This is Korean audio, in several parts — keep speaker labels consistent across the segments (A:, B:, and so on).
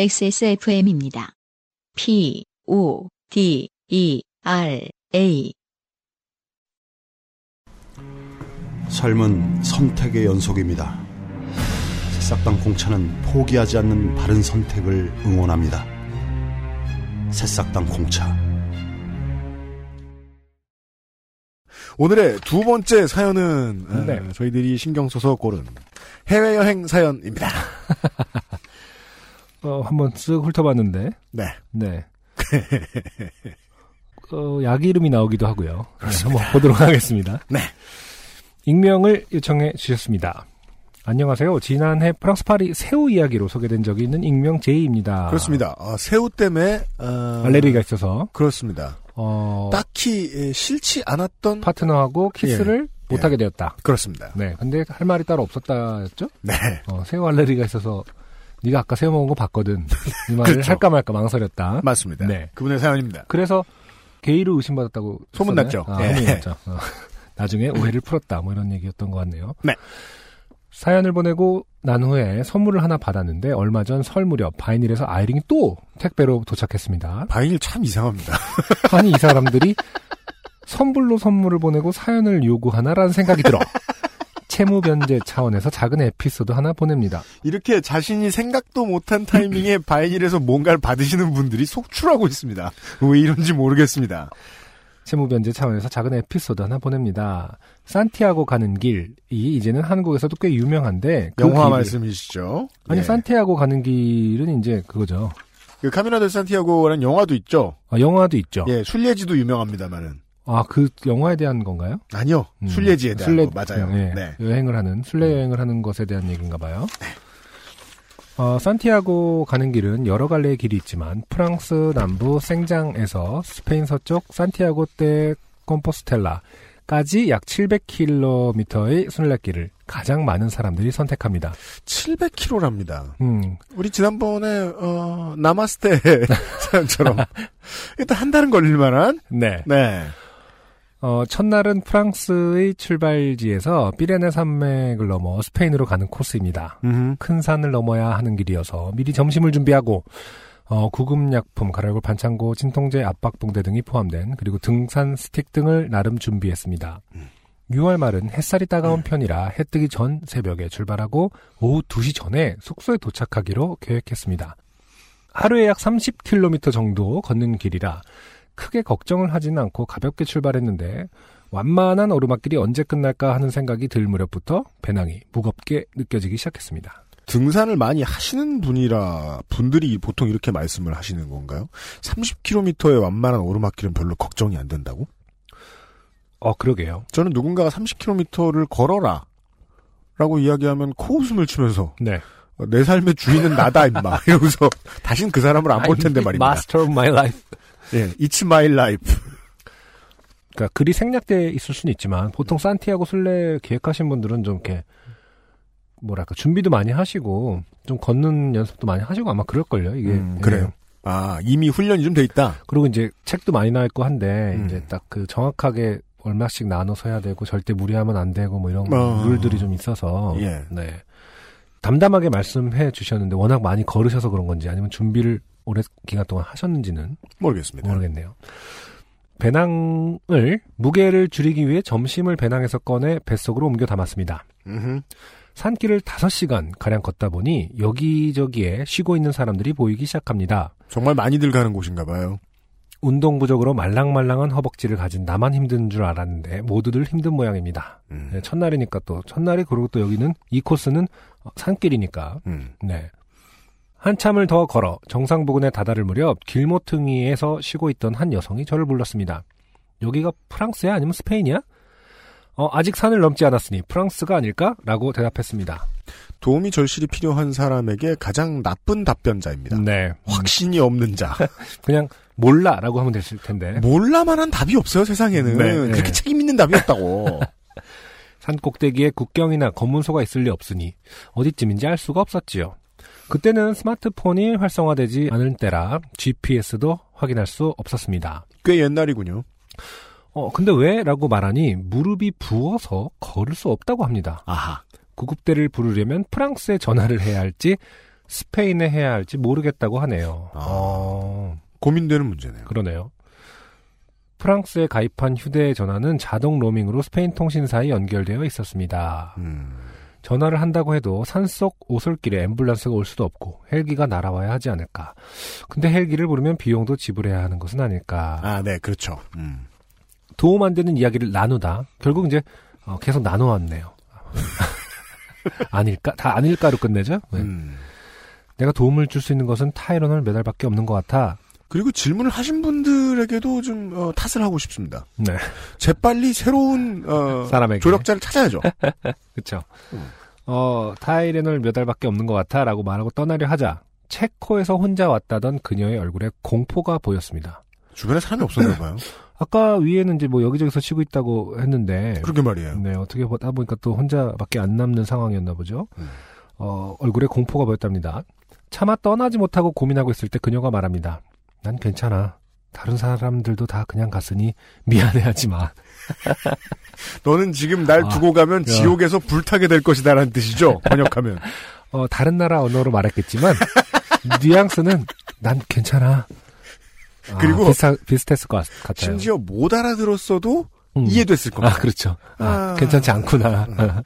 A: XSFM입니다. P, O, D, E, R, A.
B: 삶은 선택의 연속입니다. 새싹당 공차는 포기하지 않는 바른 선택을 응원합니다. 새싹당 공차.
C: 오늘의 두 번째 사연은 어,
D: 네.
C: 저희들이 신경 써서 고른 해외여행 사연입니다.
D: 어, 한번 쓱 훑어봤는데,
C: 네.
D: 네. 어, 약 이름이 나오기도 하고요. 네, 한번 보도록 하겠습니다.
C: 네.
D: 익명을 요청해 주셨습니다. 안녕하세요. 지난해 프랑스 파리 새우 이야기로 소개된 적이 있는 익명 제이입니다.
C: 그렇습니다. 어, 새우 때문에 어,
D: 아. 알레르기가 있어서
C: 그렇습니다.
D: 어,
C: 딱히 예, 싫지 않았던
D: 파트너하고 키스를
C: 예.
D: 못하게 되었다.
C: 그렇습니다.
D: 네, 근데 할 말이 따로 없었다였죠?
C: 네.
D: 어, 새우 알레르기가 있어서 네가 아까 새우 먹은 거 봤거든. 이 말을
C: 그렇죠.
D: 할까 말까 망설였다.
C: 맞습니다.
D: 네.
C: 그분의 사연입니다.
D: 그래서 게이로 의심받았다고
C: 소문났죠.
D: 했었나요?
C: 예.
D: 아, 소문났죠. 어. 나중에 오해를 풀었다 뭐 이런 얘기였던 것 같네요.
C: 네.
D: 사연을 보내고 난 후에 선물을 하나 받았는데 얼마 전 설 무렵 바이닐에서 아이링이 또 택배로 도착했습니다.
C: 바인일 참 이상합니다.
D: 아니 이 사람들이 선불로 선물을 보내고 사연을 요구하나라는 생각이 들어 채무 변제 차원에서 작은 에피소드 하나 보냅니다.
C: 이렇게 자신이 생각도 못한 타이밍에 바인일에서 뭔가를 받으시는 분들이 속출하고 있습니다. 왜 이런지 모르겠습니다.
D: 채무 변제 차원에서 작은 에피소드 하나 보냅니다. 산티아고 가는 길이 이제는 한국에서도 꽤 유명한데 그
C: 영화
D: 길이-
C: 말씀이시죠?
D: 아니
C: 예.
D: 산티아고 가는 길은 이제 그거죠.
C: 그 카미나 델 산티아고라는 영화도 있죠.
D: 아, 영화도 있죠.
C: 예, 순례지도 유명합니다만은.
D: 아 그 영화에 대한 건가요?
C: 아니요.
D: 음.
C: 순례지에 대한
D: 순례-
C: 거 맞아요.
D: 예,
C: 네.
D: 여행을 하는 순례 여행을 하는 것에 대한 얘기인가 봐요. 어, 산티아고 가는 길은 여러 갈래의 길이 있지만 프랑스 남부 생장에서 스페인 서쪽 산티아고 대 컴포스텔라까지 약 700km의 순례길을 가장 많은 사람들이 선택합니다.
C: 700km랍니다.
D: 음,
C: 우리 지난번에 어 나마스테 사연처럼 일단 한 달은 걸릴 만한
D: 네.
C: 네.
D: 어, 첫날은 프랑스의 출발지에서 피레네 산맥을 넘어 스페인으로 가는 코스입니다.
C: 음.
D: 큰 산을 넘어야 하는 길이어서 미리 점심을 준비하고 어, 구급약품, 가라골 반창고, 진통제, 압박붕대 등이 포함된 그리고 등산 스틱 등을 나름 준비했습니다. 6월 말은 햇살이 따가운 편이라 해 뜨기 전 새벽에 출발하고 오후 2시 전에 숙소에 도착하기로 계획했습니다. 하루에 약 30km 정도 걷는 길이라 크게 걱정을 하진 않고 가볍게 출발했는데 완만한 오르막길이 언제 끝날까 하는 생각이 들 무렵부터 배낭이 무겁게 느껴지기 시작했습니다.
C: 등산을 많이 하시는 분이라 분들이 보통 이렇게 말씀을 하시는 건가요? 30km의 완만한 오르막길은 별로 걱정이 안 된다고?
D: 어, 그러게요.
C: 저는 누군가가 30km를 걸어라 라고 이야기하면 코웃음을 치면서
D: 네.
C: 어, 내 삶의 주인은 나다 임마 이러면서 다신 그 사람을 안 볼 텐데 말입니다.
D: Master of my life.
C: 예, It's my life.
D: 그러니까 글이 생략돼 있을 수는 있지만 보통 산티아고 순례 계획하신 분들은 좀 이렇게 뭐랄까 준비도 많이 하시고 좀 걷는 연습도 많이 하시고 아마 그럴 걸요. 이게
C: 음, 그래요.
D: 예.
C: 아 이미 훈련이 좀 돼 있다.
D: 그리고 이제 책도 많이 나와 있고 한데
C: 음.
D: 이제 딱 그 정확하게 얼마씩 나눠서 해야 되고 절대 무리하면 안 되고 뭐 이런
C: 어.
D: 룰들이 좀 있어서
C: 예.
D: 네. 담담하게 말씀해 주셨는데 워낙 많이 걸으셔서 그런 건지 아니면 준비를 오랜 기간 동안 하셨는지는
C: 모르겠습니다.
D: 모르겠네요. 배낭을 무게를 줄이기 위해 점심을 배낭에서 꺼내 뱃속으로 옮겨 담았습니다.
C: 음흠.
D: 산길을 5시간 가량 걷다 보니 여기저기에 쉬고 있는 사람들이 보이기 시작합니다.
C: 정말 많이들 가는 곳인가 봐요.
D: 운동 부족으로 말랑말랑한 허벅지를 가진 나만 힘든 줄 알았는데 모두들 힘든 모양입니다.
C: 음.
D: 네, 첫날이니까 또 첫날이 그리고 또 여기는 이 코스는 어, 산길이니까
C: 음.
D: 네. 한참을 더 걸어 정상 부근에 다다를 무렵 길모퉁이에서 쉬고 있던 한 여성이 저를 불렀습니다. 여기가 프랑스야 아니면 스페인이야? 어, 아직 산을 넘지 않았으니 프랑스가 아닐까? 라고 대답했습니다.
C: 도움이 절실히 필요한 사람에게 가장 나쁜 답변자입니다.
D: 네.
C: 확신이 없는 자.
D: 그냥 몰라 라고 하면 됐을
C: 뭐.
D: 텐데.
C: 몰라만한 답이 없어요, 세상에는.
D: 네, 네.
C: 그렇게 책임있는 답이 없다고.
D: 산 꼭대기에 국경이나 검문소가 있을 리 없으니 어디쯤인지 알 수가 없었지요. 그때는 스마트폰이 활성화되지 않을 때라 GPS도 확인할 수 없었습니다.
C: 꽤 옛날이군요.
D: 어, 근데 왜? 라고 말하니 무릎이 부어서 걸을 수 없다고 합니다.
C: 아하.
D: 구급대를 부르려면 프랑스에 전화를 해야 할지 스페인에 해야 할지 모르겠다고 하네요.
C: 아.
D: 어,
C: 고민되는 문제네요.
D: 그러네요. 프랑스에 가입한 휴대전화는 자동 로밍으로 스페인 통신사에 연결되어 있었습니다.
C: 음.
D: 전화를 한다고 해도 산속 오솔길에 앰뷸런스가 올 수도 없고 헬기가 날아와야 하지 않을까. 근데 헬기를 부르면 비용도 지불해야 하는 것은 아닐까.
C: 아, 네, 그렇죠. 음.
D: 도움 안 되는 이야기를 나누다 결국 이제 어, 계속 나눠왔네요. 아닐까? 다 아닐까로 끝내죠? 네.
C: 음.
D: 내가 도움을 줄 수 있는 것은 타이로놀 몇 알밖에 없는 것 같아.
C: 그리고 질문을 하신 분들에게도 좀 어, 탓을 하고 싶습니다.
D: 네.
C: 재빨리 새로운 어,
D: 사람에게.
C: 조력자를 음. 찾아야죠.
D: 그쵸. 어, 타이레놀 몇 알밖에 없는 것 같아 라고 말하고 떠나려 하자. 체코에서 혼자 왔다던 그녀의 얼굴에 공포가 보였습니다.
C: 주변에 사람이 없었나 봐요.
D: 아까 위에는 이제 뭐 여기저기서 치고 있다고 했는데.
C: 그러게 말이에요.
D: 네, 어떻게 보다 보니까 또 혼자밖에 안 남는 상황이었나 보죠.
C: 음.
D: 어, 얼굴에 공포가 보였답니다. 차마 떠나지 못하고 고민하고 있을 때 그녀가 말합니다. 난 괜찮아. 다른 사람들도 다 그냥 갔으니 미안해하지 마.
C: 너는 지금 날
D: 아, 네.
C: 두고 가면 지옥에서 불타게 될 것이다라는 뜻이죠. 번역하면.
D: 어, 다른 나라 언어로 말했겠지만 뉘앙스는 난 괜찮아. 아,
C: 그리고
D: 비슷하, 비슷했을 것 같- 같아요.
C: 심지어 못 알아들었어도
D: 음.
C: 이해됐을
D: 아,
C: 겁니다.
D: 그렇죠. 아,
C: 아. 음.
D: 괜찮지 않구나.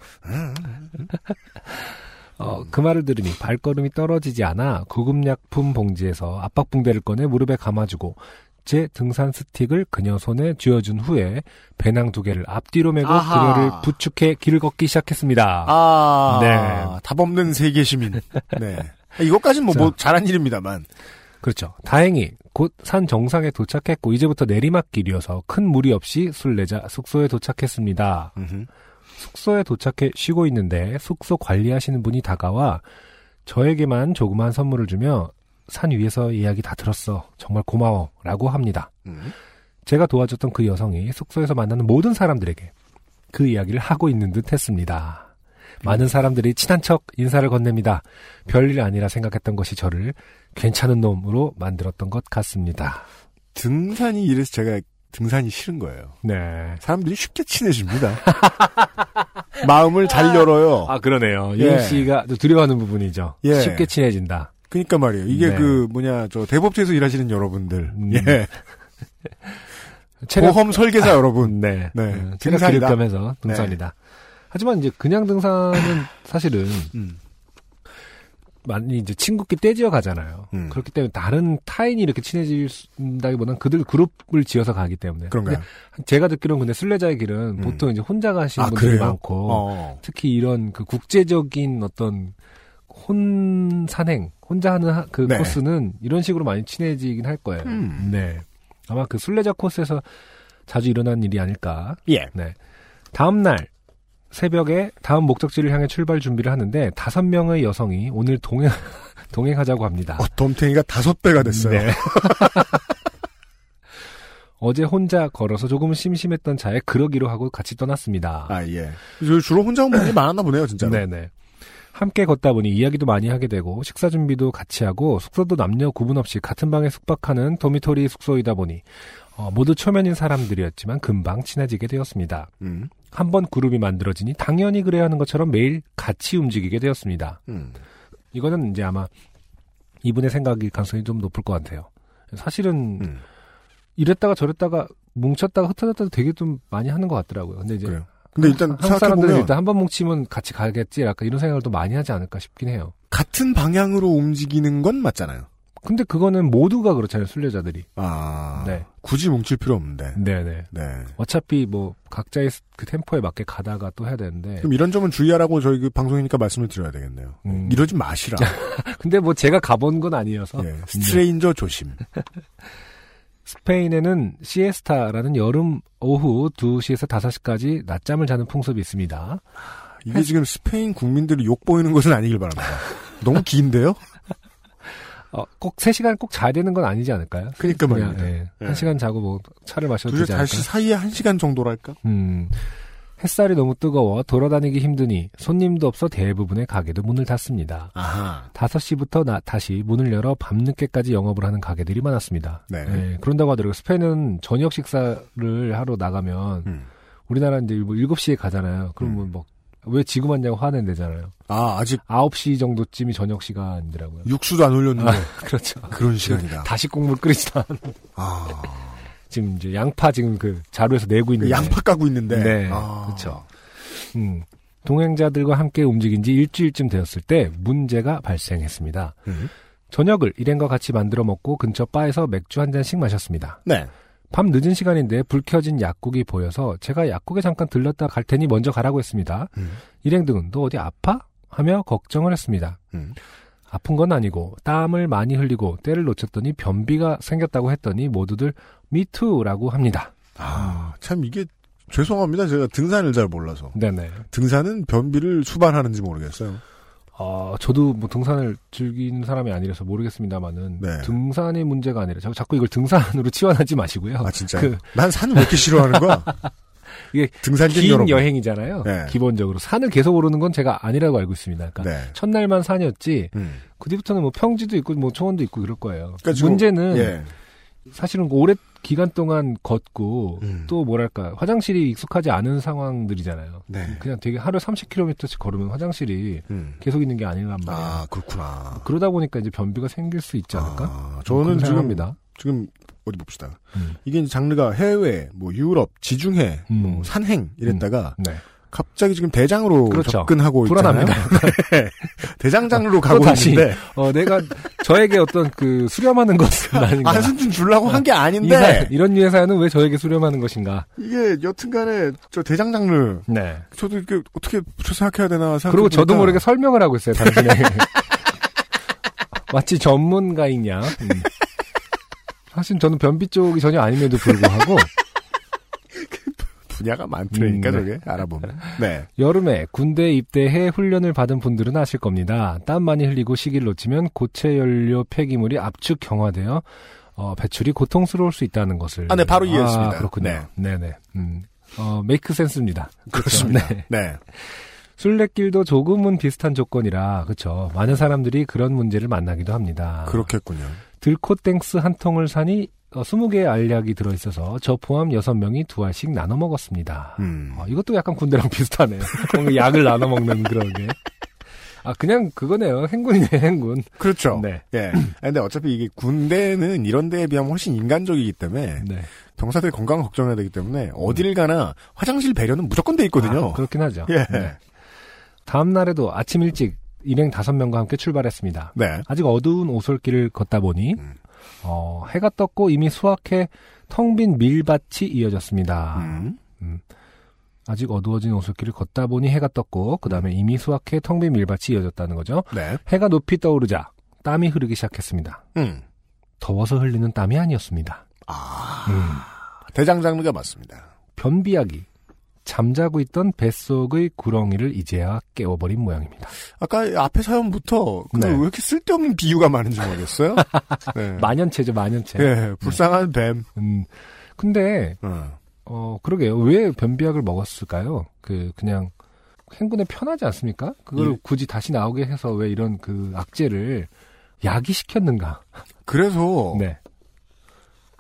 D: 어, 그 말을 들으니 발걸음이 떨어지지 않아 구급약품 봉지에서 압박붕대를 꺼내 무릎에 감아주고 제 등산 스틱을 그녀 손에 쥐어준 후에 배낭 두 개를 앞뒤로 메고
C: 아하.
D: 그녀를 부축해 길을 걷기 시작했습니다.
C: 아,
D: 네.
C: 답 없는 세계 시민. 네. 이것까진 뭐,
D: 자.
C: 뭐 잘한 일입니다만.
D: 그렇죠. 다행히 곧 산 정상에 도착했고 이제부터 내리막길이어서 큰 무리 없이 술 내자 숙소에 도착했습니다. 숙소에 도착해 쉬고 있는데 숙소 관리하시는 분이 다가와 저에게만 조그만 선물을 주며 산 위에서 이야기 다 들었어. 정말 고마워. 라고 합니다.
C: 음.
D: 제가 도와줬던 그 여성이 숙소에서 만나는 모든 사람들에게 그 이야기를 하고 있는 듯 했습니다. 많은 사람들이 친한 척 인사를 건넵니다. 별일 아니라 생각했던 것이 저를 괜찮은 놈으로 만들었던 것 같습니다.
C: 등산이 이래서 제가 등산이 싫은 거예요.
D: 네.
C: 사람들이 쉽게 친해집니다. 마음을 잘 열어요.
D: 아, 그러네요.
C: 예.
D: 유은 씨가 또 두려워하는 부분이죠.
C: 예.
D: 쉽게 친해진다.
C: 그러니까 말이에요. 이게
D: 네.
C: 그 뭐냐 저 대법제에서 일하시는 여러분들,
D: 음.
C: 예.
D: 체력-
C: 보험 설계사 여러분,
D: 네.
C: 네.
D: 음, 체력
C: 등산이다. 네.
D: 기록감에서 등산이다. 하지만 이제 그냥 등산은 사실은
C: 음.
D: 많이 이제 친구끼리 떼지어 가잖아요.
C: 음.
D: 그렇기 때문에 다른 타인이 이렇게 친해진다기보다는 그들 그룹을 지어서 가기 때문에.
C: 그런가요?
D: 근데 제가 듣기로는 근데 순례자의 길은
C: 음.
D: 보통 이제 혼자 가시는
C: 아,
D: 분들이
C: 그래요?
D: 많고
C: 어.
D: 특히 이런 그 국제적인 어떤 혼 산행 혼자 하는 하- 그
C: 네.
D: 코스는 이런 식으로 많이 친해지긴 할 거예요.
C: 음.
D: 네. 아마 그 순례자 코스에서 자주 일어난 일이 아닐까
C: 예.
D: 네. 다음 날 새벽에 다음 목적지를 향해 출발 준비를 하는데 다섯 명의 여성이 오늘 동행 동행하자고 합니다.
C: 어, 덤탱이가 다섯 배가 됐어요.
D: 네. 어제 혼자 걸어서 조금 심심했던 차에 그러기로 하고 같이 떠났습니다.
C: 아 예. 저 주로 혼자 온 분이 많았나 보네요, 진짜로.
D: 네네. 함께 걷다 보니 이야기도 많이 하게 되고 식사 준비도 같이 하고 숙소도 남녀 구분 없이 같은 방에 숙박하는 도미토리 숙소이다 보니 어, 모두 초면인 사람들이었지만 금방 친해지게 되었습니다.
C: 음.
D: 한 번 그룹이 만들어지니 당연히 그래야 하는 것처럼 매일 같이 움직이게 되었습니다.
C: 음.
D: 이거는 이제 아마 이분의 생각일 가능성이 좀 높을 것 같아요. 사실은
C: 음.
D: 이랬다가 저랬다가 뭉쳤다가 흩어졌다가 되게 좀 많이 하는 것 같더라고요. 근데 이제
C: 그래요. 근데 일단
D: 한국
C: 생각해
D: 사람들은
C: 보면
D: 일단 한 번 뭉치면 같이 가겠지 약간 이런 생각을 또 많이 하지 않을까 싶긴 해요.
C: 같은 방향으로 움직이는 건 맞잖아요.
D: 근데 그거는 모두가 그렇잖아요. 순례자들이.
C: 아.
D: 네. 음.
C: 굳이 뭉칠 필요 없는데.
D: 네네.
C: 네.
D: 어차피 뭐 각자의 스- 그 템포에 맞게 가다가 또 해야 되는데.
C: 그럼 이런 점은 주의하라고 저희 그 방송이니까 말씀을 드려야 되겠네요.
D: 음. 네.
C: 이러지 마시라.
D: 근데 뭐 제가 가본 건 아니어서.
C: 예. 스트레인저 조심.
D: 스페인에는 시에스타라는 여름 오후 2시에서 5시까지 낮잠을 자는 풍습이 있습니다.
C: 이게 지금 스페인 국민들이 욕 보이는 것은 아니길 바랍니다. 너무 긴데요?
D: 어, 꼭 3시간 꼭 자야 되는 건 아니지 않을까요?
C: 그러니까
D: 그냥,
C: 말입니다.
D: 예,
C: 예.
D: 한 시간 자고 뭐 차를 마셔도
C: 두시
D: 되지 않을까?
C: 다시 사이에 한 시간 정도랄까?
D: 음. 햇살이 너무 뜨거워 돌아다니기 힘드니 손님도 없어 대부분의 가게도 문을 닫습니다.
C: 아하.
D: 5시부터 나, 다시 문을 열어 밤늦게까지 영업을 하는 가게들이 많았습니다.
C: 네.
D: 예, 그런다고 하더라고요. 스페인은 저녁 식사를 하러 나가면
C: 음.
D: 우리나라 이제 뭐 7시에 가잖아요. 그러면 뭐 왜 지금 왔냐고 화는 되잖아요.
C: 아, 아직
D: 9시 정도쯤이 저녁 시간이더라고요.
C: 육수도 안 올렸는데.
D: 그렇죠.
C: 그런 시간이다.
D: 다시 국물 끓이지도 않
C: 아,
D: 지금 이제 양파 지금 그 자루에서 내고 있는
C: 양파 까고 있는데.
D: 네.
C: 아.
D: 그렇죠. 음. 동행자들과 함께 움직인 지 일주일쯤 되었을 때 문제가 발생했습니다.
C: 음.
D: 저녁을 일행과 같이 만들어 먹고 근처 바에서 맥주 한 잔씩 마셨습니다.
C: 네.
D: 밤 늦은 시간인데 불 켜진 약국이 보여서 제가 약국에 잠깐 들렀다 갈 테니 먼저 가라고 했습니다.
C: 음.
D: 일행 등은 너 어디 아파? 하며 걱정을 했습니다.
C: 음.
D: 아픈 건 아니고 땀을 많이 흘리고 때를 놓쳤더니 변비가 생겼다고 했더니 모두들 미투라고 합니다.
C: 아, 참 이게 죄송합니다. 제가 등산을 잘 몰라서.
D: 네네.
C: 등산은 변비를 수반하는지 모르겠어요.
D: 어, 저도 뭐 등산을 즐기는 사람이 아니라서 모르겠습니다만은
C: 네.
D: 등산의 문제가 아니라 자꾸, 자꾸 이걸 등산으로 치환하지 마시고요.
C: 아, 진짜.
D: 그-
C: 난 산 왜 이렇게 싫어하는 거야?
D: 이게
C: 등산객
D: 긴
C: 여러분.
D: 여행이잖아요.
C: 네.
D: 기본적으로 산을 계속 오르는 건 제가 아니라고 알고 있습니다. 그러니까
C: 네.
D: 첫날만 산이었지
C: 음.
D: 그 뒤부터는 뭐 평지도 있고 뭐 초원도 있고 그럴 거예요.
C: 그러니까 지금-
D: 문제는
C: 예.
D: 사실은 오랜 기간 동안 걷고
C: 음.
D: 또 뭐랄까 화장실이 익숙하지 않은 상황들이잖아요.
C: 네.
D: 그냥 되게 하루 30km씩 걸으면 화장실이
C: 음.
D: 계속 있는 게 아니란 말이에요.
C: 아, 그렇구나.
D: 그러다 보니까 이제 변비가 생길 수 있지 않을까?
C: 아,
D: 그런
C: 저는 지금
D: 생각합니다.
C: 지금 어디 봅시다.
D: 음.
C: 이게 이제 장르가 해외, 뭐 유럽, 지중해,
D: 음.
C: 뭐 산행 이랬다가
D: 네.
C: 갑자기 지금 대장으로
D: 그렇죠.
C: 접근하고 있잖아요. 네.
D: 불안합니다.
C: 대장 장르로
D: 또
C: 가고
D: 다시.
C: 있는데
D: 어, 내가 저에게 어떤 그 수렴하는 것은 아닌가?
C: 안승준 주려고 한 게
D: 이
C: 아닌데
D: 런 유의 사연은 왜 저에게 수렴하는 것인가?
C: 이게 여튼간에 저 대장 장르
D: 네.
C: 저도 이게 어떻게 붙여 생각해야 되나 생각.
D: 그리고 저도 모르게 설명을 하고 있어요, 당신의. 마치 전문가이냐. 음. 사실 저는 변비 쪽이 전혀 아님에도 불구하고
C: 분야가 많더니까
D: 음,
C: 저게 알아보면. 네.
D: 여름에 군대 입대해 훈련을 받은 분들은 아실 겁니다. 땀 많이 흘리고 시기를 놓치면 고체 연료 폐기물이 압축 경화되어 어, 배출이 고통스러울 수 있다는 것을.
C: 아, 네, 바로 이해했습니다.
D: 아, 그렇군요. 네, 네. 음. 어, 메이크 센스입니다.
C: 그렇습니다.
D: 네.
C: 네.
D: 술래길도 조금은 비슷한 조건이라 그렇죠. 많은 사람들이 그런 문제를 만나기도 합니다.
C: 그렇겠군요.
D: 들코땡스 한 통을 사니 어, 20개의 알약이 들어있어서 저 포함 6명이 두 알씩 나눠 먹었습니다.
C: 음.
D: 아, 이것도 약간 군대랑 비슷하네요. 뭔가 약을 나눠 먹는 그런 게. 아, 그냥 그거네요. 행군이네, 행군.
C: 그렇죠.
D: 네.
C: 예. 아니, 근데 어차피 이게 군대는 이런 데에 비하면 훨씬 인간적이기 때문에
D: 네.
C: 병사들 건강 걱정해야 되기 때문에 어딜 가나 화장실 배려는 무조건 돼 있거든요.
D: 아, 그렇긴 하죠.
C: 예.
D: 네. 다음 날에도 아침 일찍 일행 5명과 함께 출발했습니다.
C: 네.
D: 아직 어두운 오솔길을 걷다 보니
C: 음.
D: 어, 해가 떴고 이미 수확해 텅 빈 밀밭이 이어졌습니다.
C: 음.
D: 아직 어두워진 오솔길을 걷다 보니 해가 떴고 그 다음에 이미 수확해 텅 빈 밀밭이 이어졌다는 거죠.
C: 네.
D: 해가 높이 떠오르자 땀이 흐르기 시작했습니다.
C: 음.
D: 더워서 흘리는 땀이 아니었습니다.
C: 아.
D: 음.
C: 대장 장르가 맞습니다.
D: 변비약이 잠자고 있던 뱃속의 구렁이를 이제야 깨워버린 모양입니다.
C: 아까 앞에 사연부터 그
D: 네.
C: 왜 이렇게 쓸데없는 비유가 많은지 모르겠어요. 네.
D: 만연체죠, 만연체.
C: 예, 불쌍한 뱀.
D: 음, 근데
C: 어.
D: 어 그러게요. 왜 변비약을 먹었을까요? 그 그냥 행군에 편하지 않습니까? 그걸
C: 예.
D: 굳이 다시 나오게 해서 왜 이런 그 악재를 약이 시켰는가?
C: 그래서
D: 네.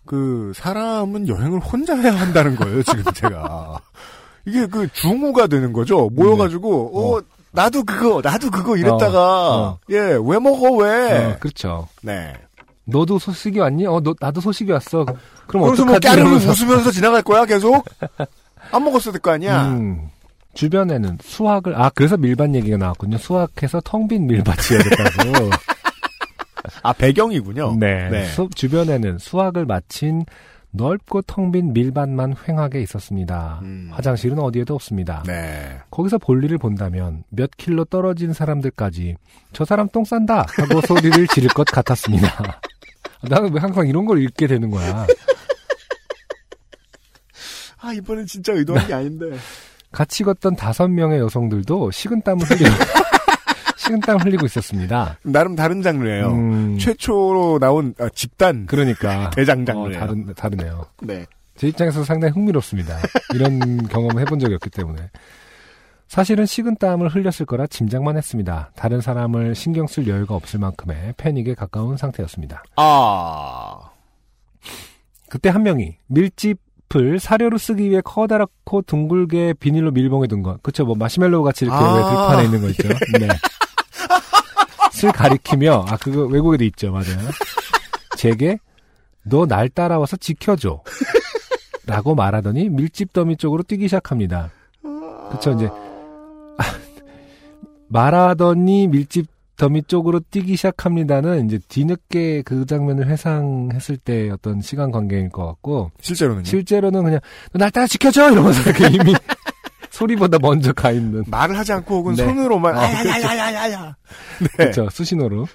C: 그 사람은 여행을 혼자 해야 한다는 거예요. 지금 제가 이게 그 중후가 되는 거죠. 모여가지고 어. 나도 그거 나도 그거 이랬다가
D: 네. 어, 어.
C: 예 왜 먹어 왜
D: 어, 그렇죠.
C: 네.
D: 너도 소식이 왔니? 어, 너 나도 소식이 왔어. 그럼
C: 그래서 뭐
D: 어떡하지?
C: 까르르
D: 이러면서.
C: 웃으면서 지나갈 거야 계속 안 먹었을 거 아니야.
D: 음, 주변에는 수확을 아 그래서 밀밭 얘기가 나왔군요. 수확해서 텅 빈 밀밭이었다고.
C: 아 배경이군요.
D: 네. 수- 주변에는 수확을 마친 넓고 텅 빈 밀밭만 횡하게 있었습니다.
C: 음.
D: 화장실은 어디에도 없습니다.
C: 네.
D: 거기서 볼일을 본다면 몇 킬로 떨어진 사람들까지 저 사람 똥 싼다 하고 소리를 지를 것 같았습니다. 나는 왜 항상 이런 걸 읽게 되는 거야.
C: 아 이번엔 진짜 의도한 게 아닌데.
D: 같이 걷던 다섯 명의 여성들도 식은땀을 흘리고 식은땀을 흘리고 있었습니다.
C: 나름 다른 장르예요.
D: 음,
C: 최초로 나온 아, 집단
D: 그러니까
C: 대장
D: 어,
C: 장르예요.
D: 다른 다르네요.
C: 네.
D: 제 입장에서 상당히 흥미롭습니다. 이런 경험을 해본 적이 없기 때문에. 사실은 식은땀을 흘렸을 거라 짐작만 했습니다. 다른 사람을 신경 쓸 여유가 없을 만큼의 패닉에 가까운 상태였습니다.
C: 아.
D: 그때 한 명이 밀집 잎을 사료로 쓰기 위해 커다랗고 둥글게 비닐로 밀봉해 둔 것. 그쵸, 뭐, 마시멜로우 같이 이렇게
C: 아,
D: 왜 들판에 있는 거 있죠. 네. 슬 가리키며, 아, 그거 외국에도 있죠. 맞아요. 제게, 너 날 따라와서 지켜줘. 라고 말하더니 밀집 더미 쪽으로 뛰기 시작합니다. 그쵸, 이제. 아, 말하더니 밀집 더미 쪽으로 뛰기 시작합니다는 이제 뒤늦게 그 장면을 회상했을 때 어떤 시간 관계일 것 같고
C: 실제로는요.
D: 실제로는 그냥 너날 따라 지켜줘 이러면서 이렇게 이미 소리보다 먼저 가 있는
C: 말을 하지 않고 혹은
D: 네.
C: 손으로만
D: 아,
C: 야야야야야야. 네.
D: 그렇죠 수신호로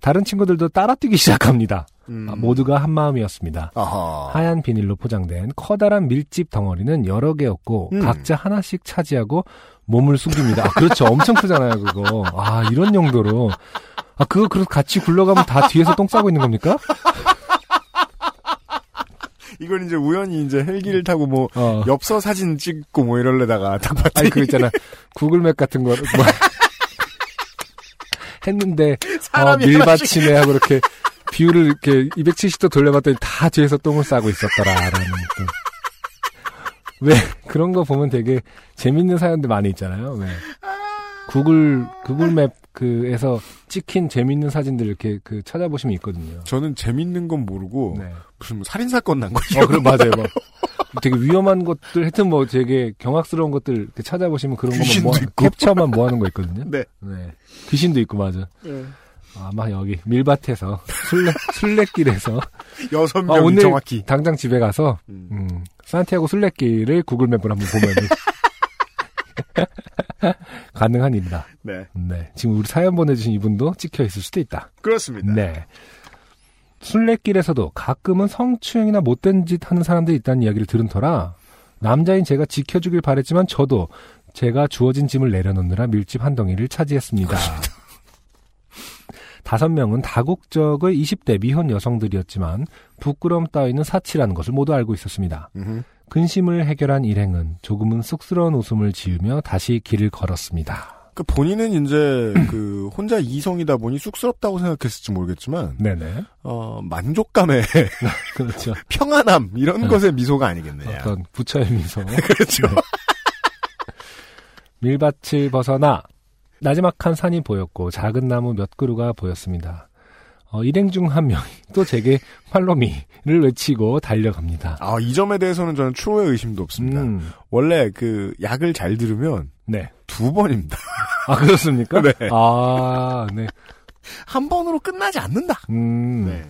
D: 다른 친구들도 따라 뛰기 시작합니다.
C: 음. 어.
D: 아, 모두가 한 마음이었습니다.
C: 아하.
D: 하얀 비닐로 포장된 커다란 밀집 덩어리는 여러 개였고
C: 음.
D: 각자 하나씩 차지하고 몸을 숨깁니다. 아, 그렇죠. 엄청 크잖아요, 그거. 아, 이런 용도로. 아, 그거 그렇게 같이 굴러가면 다 뒤에서 똥 싸고 있는 겁니까?
C: 이건 이제 우연히 이제 헬기를 타고 뭐
D: 어.
C: 엽서 사진 찍고 뭐 이럴래다가 딱 봤더니
D: 아니, 그 있잖아. 구글맵 같은 거. 뭐 했는데 어,
C: 사람이 하나씩
D: 밀받침에 하고 이렇게 뷰를 이렇게 270도 돌려봤더니 다 뒤에서 똥을 싸고 있었더라라는 또. 왜 그런 거 보면 되게 재밌는 사연들 많이 있잖아요. 왜 구글 구글맵 그에서 찍힌 재밌는 사진들 이렇게 그 찾아보시면 있거든요.
C: 저는 재밌는 건 모르고
D: 네.
C: 무슨 뭐 살인 사건 난거
D: 어, 그럼 맞아요. 뭐. 되게 위험한 것들, 하여튼 뭐 되게 경악스러운 것들 이렇게 찾아보시면 그런 것만
C: 귀신도
D: 뭐,
C: 있고.
D: 캡처만 뭐 하는 거 있거든요.
C: 네.
D: 귀신도 있고, 맞아. 아마 여기 밀밭에서, 술래, 술래길에서.
C: 여섯
D: 아,
C: 명이
D: 오늘
C: 정확히
D: 당장 집에 가서,
C: 음.
D: 음, 산티아고 술래길을 구글맵으로 한번 보면은. 가능한 일이다.
C: 네
D: 네. 지금 우리 사연 보내주신 이분도 찍혀있을 수도 있다.
C: 그렇습니다
D: 네. 순례길에서도 가끔은 성추행이나 못된 짓 하는 사람들이 있다는 이야기를 들은 터라 남자인 제가 지켜주길 바랬지만 저도 제가 주어진 짐을 내려놓느라 밀집 한 덩이를 차지했습니다. 다섯 명은 다국적의 20대 미혼 여성들이었지만 부끄럼 따위는 사치라는 것을 모두 알고 있었습니다.
C: 음흠.
D: 근심을 해결한 일행은 조금은 쑥스러운 웃음을 지으며 다시 길을 걸었습니다.
C: 그 본인은 이제 그 혼자 이성이다 보니 쑥스럽다고 생각했을지 모르겠지만
D: 네네.
C: 어 만족감에
D: 그렇죠.
C: 평안함 이런
D: 네. 그러니까
C: 것의 미소가 아니겠네요
D: 어떤 부처의 미소.
C: 그렇죠
D: 밀밭을 벗어나 나지막한 산이 보였고 작은 나무 몇 그루가 보였습니다. 어, 일행 중 한 명이 또 제게 팔로미를 외치고 달려갑니다.
C: 아 이 점에 대해서는 저는 추호의 의심도 없습니다
D: 음,
C: 원래 그 약을 잘 들으면
D: 네.
C: 두 번입니다
D: 아 그렇습니까?
C: 네.
D: 아, 네.
C: 한 번으로 끝나지 않는다
D: 음.
C: 네.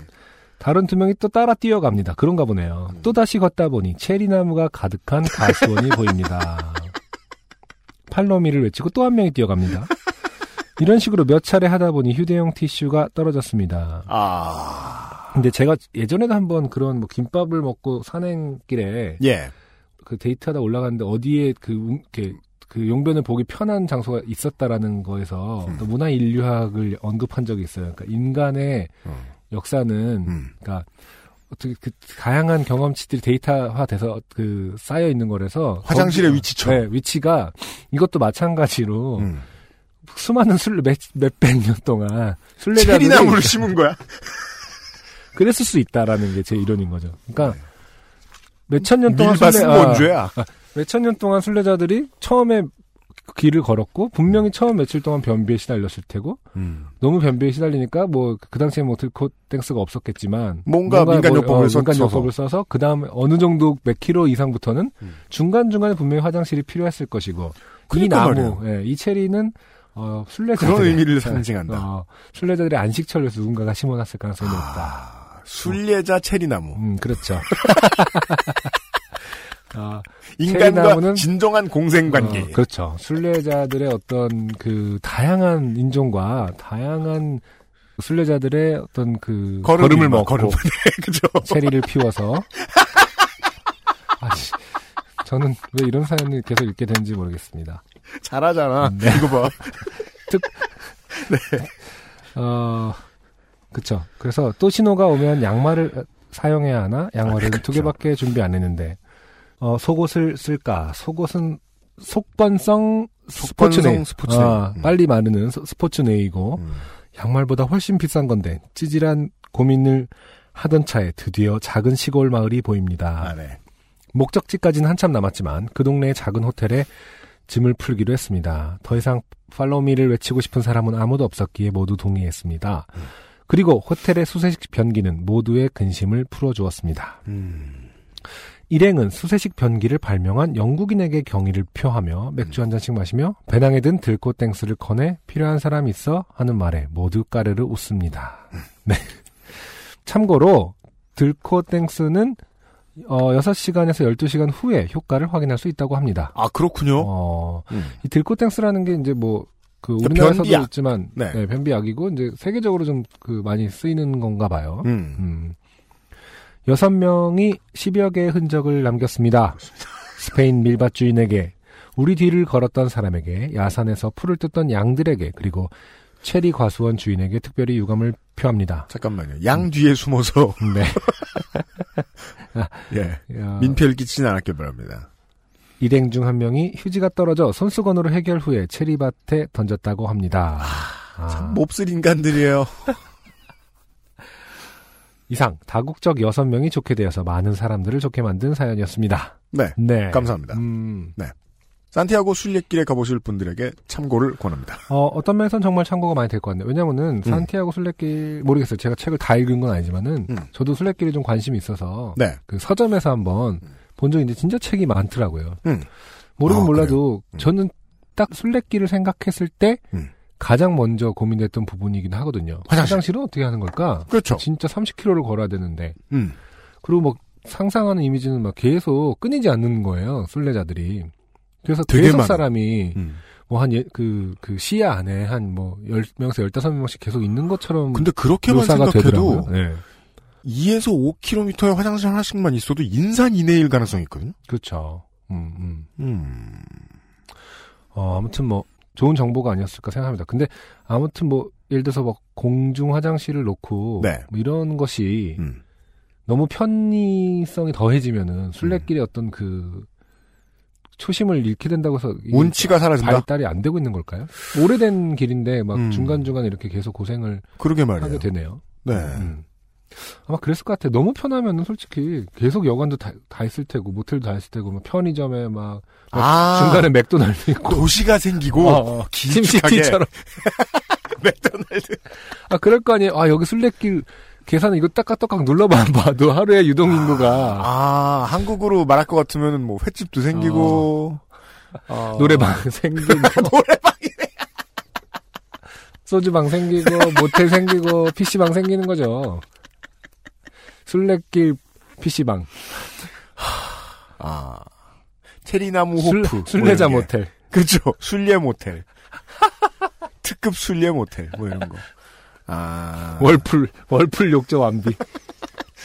D: 다른 두 명이 또 따라 뛰어갑니다. 그런가 보네요.
C: 음.
D: 또 다시 걷다 보니 체리나무가 가득한 가수원이 보입니다. 팔로미를 외치고 또 한 명이 뛰어갑니다. 이런 식으로 몇 차례 하다 보니 휴대용 티슈가 떨어졌습니다.
C: 아
D: 근데 제가 예전에도 한번 그런 뭐 김밥을 먹고 산행길에
C: 예.
D: 그 데이트하다 올라갔는데 어디에 그 웅- 이렇게 그 용변을 보기 편한 장소가 있었다라는 거에서
C: 음.
D: 또 문화 인류학을 언급한 적이 있어요. 그러니까 인간의
C: 음.
D: 역사는
C: 음.
D: 그러니까 어떻게 그 다양한 경험치들이 데이터화돼서 그 쌓여 있는 거라서
C: 화장실의
D: 거기-
C: 위치처럼.
D: 네, 위치가 이것도 마찬가지로
C: 음.
D: 수많은 술래 몇백 년 동안 술래자들이
C: 체리나무를 심은 거야?
D: 그랬을 수 있다라는 게 제 이론인 거죠. 그러니까 몇 천 년 동안
C: 네.
D: 아,
C: 밀밭은 뭔 죄야?
D: 몇천 년 동안 순례자들이 처음에 길을 걸었고 분명히 처음 며칠 동안 변비에 시달렸을 테고
C: 음.
D: 너무 변비에 시달리니까 뭐 그 당시에 뭐 들코땡스가 없었겠지만
C: 뭔가 민간요법을
D: 뭘-
C: 써서.
D: 민간요법을 써서 그 다음에 어느 정도 몇 킬로 이상부터는
C: 음.
D: 중간 중간에 분명히 화장실이 필요했을 것이고 이
C: 그러니까
D: 나무, 예, 이 체리는 어, 순례자들의
C: 그런 의미를 상징한다.
D: 어, 순례자들의 안식처로서 누군가가 심어놨을 가능성이 높다.
C: 아, 순례자 체리나무.
D: 음, 그렇죠. 아,
C: 인간과
D: 체리나무는-
C: 진정한 공생 관계.
D: 어, 그렇죠. 순례자들의 어떤 그 다양한 인종과 다양한 순례자들의 어떤 그
C: 걸음이
D: 걸음을
C: 막
D: 먹고
C: 걸음. 네, 그죠.
D: 체리를 피워서 아씨 저는 왜 이런 사연을 계속 읽게 되는지 모르겠습니다.
C: 잘하잖아.
D: 네.
C: 이거 봐.
D: 어, 그쵸. 그래서 또 신호가 오면 양말을 사용해야 하나?
C: 아,
D: 양말을 두 개밖에 준비 안 했는데. 어, 속옷을 쓸까? 속옷은 속번성
C: 속번성
D: 스포츠네.
C: 스포츠네.
D: 아,
C: 음.
D: 빨리 마르는 스- 스포츠네이고,
C: 음.
D: 양말보다 훨씬 비싼 건데, 찌질한 고민을 하던 차에 드디어 작은 시골 마을이 보입니다.
C: 아, 네.
D: 목적지까지는 한참 남았지만 그 동네의 작은 호텔에 짐을 풀기로 했습니다. 더 이상 팔로미를 외치고 싶은 사람은 아무도 없었기에 모두 동의했습니다. 그리고 호텔의 수세식 변기는 모두의 근심을 풀어주었습니다.
C: 음.
D: 일행은 수세식 변기를 발명한 영국인에게 경의를 표하며 맥주 한 잔씩 마시며 배낭에 든 들꽃 땡스를 꺼내 필요한 사람 있어 하는 말에 모두 까르르 웃습니다.
C: 음.
D: 네. 참고로 들꽃 땡스는 어, 6시간에서 12시간 후에 효과를 확인할 수 있다고 합니다.
C: 아, 그렇군요.
D: 어,
C: 음.
D: 이 들꽃땡스라는 게 이제 뭐, 그,
C: 그러니까
D: 우리나라에서도
C: 변비약.
D: 있지만,
C: 네.
D: 네. 변비약이고, 이제 세계적으로 좀, 그, 많이 쓰이는 건가 봐요.
C: 음.
D: 음. 여섯 명이 10여 개의 흔적을 남겼습니다. 스페인 밀밭 주인에게, 우리 뒤를 걸었던 사람에게, 야산에서 풀을 뜯던 양들에게, 그리고 체리 과수원 주인에게 특별히 유감을 표합니다.
C: 잠깐만요. 양 뒤에 숨어서
D: 네. 어.
C: 예.
D: 야,
C: 민폐를 끼치진 않았길 바랍니다.
D: 일행 중 한 명이 휴지가 떨어져 손수건으로 해결 후에 체리밭에 던졌다고 합니다. 아.
C: 몹쓸 인간들이에요.
D: 이상 다국적 6명이 좋게 되어서 많은 사람들을 좋게 만든 사연이었습니다.
C: 네.
D: 네.
C: 감사합니다.
D: 음,
C: 산티아고 순례길에 가보실 분들에게 참고를 권합니다.
D: 어, 어떤 면에서는 정말 참고가 많이 될 것 같네요.
C: 음.
D: 왜냐면은 산티아고 순례길 모르겠어요. 제가 책을 다 읽은 건 아니지만은
C: 음.
D: 저도 순례길에 좀 관심이 있어서
C: 네.
D: 그 서점에서 한번 본 적이 있는데 진짜 책이 많더라고요.
C: 음.
D: 모르긴
C: 아,
D: 몰라도
C: 음.
D: 저는 딱 순례길을 생각했을 때
C: 음.
D: 가장 먼저 고민됐던 부분이긴 하거든요.
C: 화장실.
D: 화장실은 어떻게 하는 걸까?
C: 그렇죠.
D: 진짜 30km를 걸어야 되는데
C: 음.
D: 그리고 막 상상하는 이미지는 막 계속 끊이지 않는 거예요 순례자들이 그래서
C: 되게
D: 계속
C: 많아요.
D: 사람이
C: 음.
D: 뭐 한 그 그 시야 안에 한 뭐 10명에서 15명씩 계속 있는 것처럼
C: 근데 그렇게만
D: 음. 묘사가
C: 생각해도
D: 되더라고요. 네.
C: 2에서 5km의 화장실 하나씩만 있어도 인산 이내일 가능성이 있거든요.
D: 그렇죠. 음, 음.
C: 음.
D: 어, 아무튼 뭐 좋은 정보가 아니었을까 생각합니다. 근데 아무튼 뭐 예를 들어서 막 공중 화장실을 놓고
C: 네.
D: 뭐 이런 것이
C: 음.
D: 너무 편의성이 더해지면은
C: 음.
D: 순례길의 어떤 그 초심을 잃게 된다고 해서 이게
C: 운치가 사라진다.
D: 발달이 안 되고 있는 걸까요? 오래된 길인데 막
C: 음.
D: 중간중간 이렇게 계속 고생을
C: 그러게
D: 하게
C: 말이에요.
D: 되네요.
C: 네.
D: 음. 아마 그랬을 것 같아요. 너무 편하면 솔직히 계속 여관도 다, 다 있을 테고 모텔도 다 있을 테고 뭐 편의점에 막
C: 아.
D: 중간에 맥도날드 있고
C: 도시가 생기고
D: 어, 어.
C: 길쭉하게.
D: 심시티처럼
C: 맥도날드.
D: 아 그럴 거 아니에요. 아 여기 술래길 계산 이거 딱딱딱딱 눌러만 봐도 하루에 유동 인구가
C: 아, 한국으로 말할 것 같으면 뭐 횟집도 생기고 어.
D: 노래방 생기고 소주방 생기고 모텔 생기고 PC방 생기는 거죠. 술래길 PC방
C: 아. 체리나무
D: 술,
C: 호프.
D: 술래자
C: 뭐 이런 게.
D: 모텔.
C: 그렇죠. 순례 모텔. 특급 순례 모텔 뭐 이런 거. 아.
D: 월풀, 월풀 욕조 완비.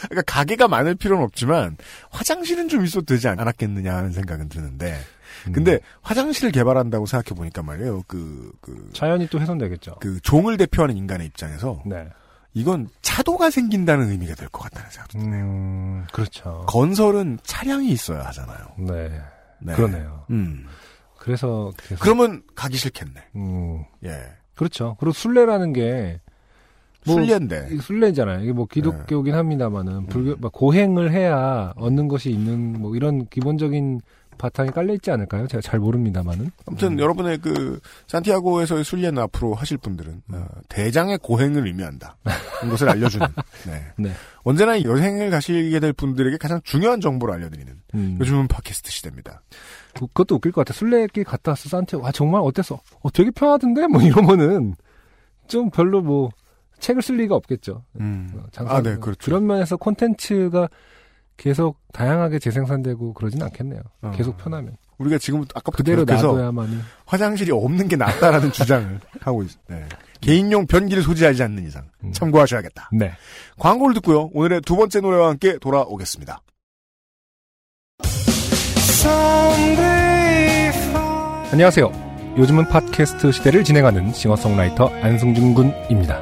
C: 그러니까 가게가 많을 필요는 없지만 화장실은 좀 있어도 되지 않- 않았겠느냐 하는 생각은 드는데.
D: 음.
C: 근데 화장실을 개발한다고 생각해 보니까 말이에요. 그 그,
D: 자연이 또 훼손되겠죠.
C: 그 종을 대표하는 인간의 입장에서
D: 네.
C: 이건 차도가 생긴다는 의미가 될 것 같다는 생각도 드네요.
D: 음, 그렇죠.
C: 건설은 차량이 있어야 하잖아요.
D: 네.
C: 네.
D: 그러네요.
C: 음.
D: 그래서 계속,
C: 그러면 가기 싫겠네.
D: 음,
C: 예.
D: 그렇죠. 그리고 순례라는 게 뭐-
C: 순례인데.
D: 이 순례잖아요. 이게 뭐
C: 네.
D: 기독교긴 합니다만은 불교
C: 음.
D: 막 고행을 해야 얻는 것이 있는 뭐 이런 기본적인 바탕이 깔려 있지 않을까요? 제가 잘 모릅니다만은.
C: 아무튼 여러분의 그 산티아고에서의 순례는 앞으로 하실 분들은 어, 대장의 고행을 의미한다. 이런 것을 알려주는. 네.
D: 네.
C: 언제나 이 여행을 가시게 될 분들에게 가장 중요한 정보를 알려드리는
D: 음.
C: 요즘은 팟캐스트 시대입니다.
D: 그- 그것도 웃길 것 같아. 순례길 갔다 왔어. 산티아고. 아, 정말 어땠어? 어, 되게 편하던데? 뭐 이러면은 좀 별로 뭐 책을 쓸 리가 없겠죠. 어, 장사.
C: 아, 네, 그렇죠.
D: 런 면에서 콘텐츠가 계속 다양하게 재생산되고 그러진 않겠네요.
C: 어.
D: 계속 편하면.
C: 우리가 지금부터 아까부터
D: 그대로
C: 계속해서
D: 놔둬야만이.
C: 화장실이 없는 게 낫다라는 주장을 하고 있어요. 네. 개인용 변기를 소지하지 않는 이상
D: 음.
C: 참고하셔야겠다.
D: 네.
C: 광고를 듣고요. 오늘의 두 번째 노래와 함께 돌아오겠습니다.
D: 안녕하세요. 요즘은 팟캐스트 시대를 진행하는 싱어송라이터 안승준 군입니다.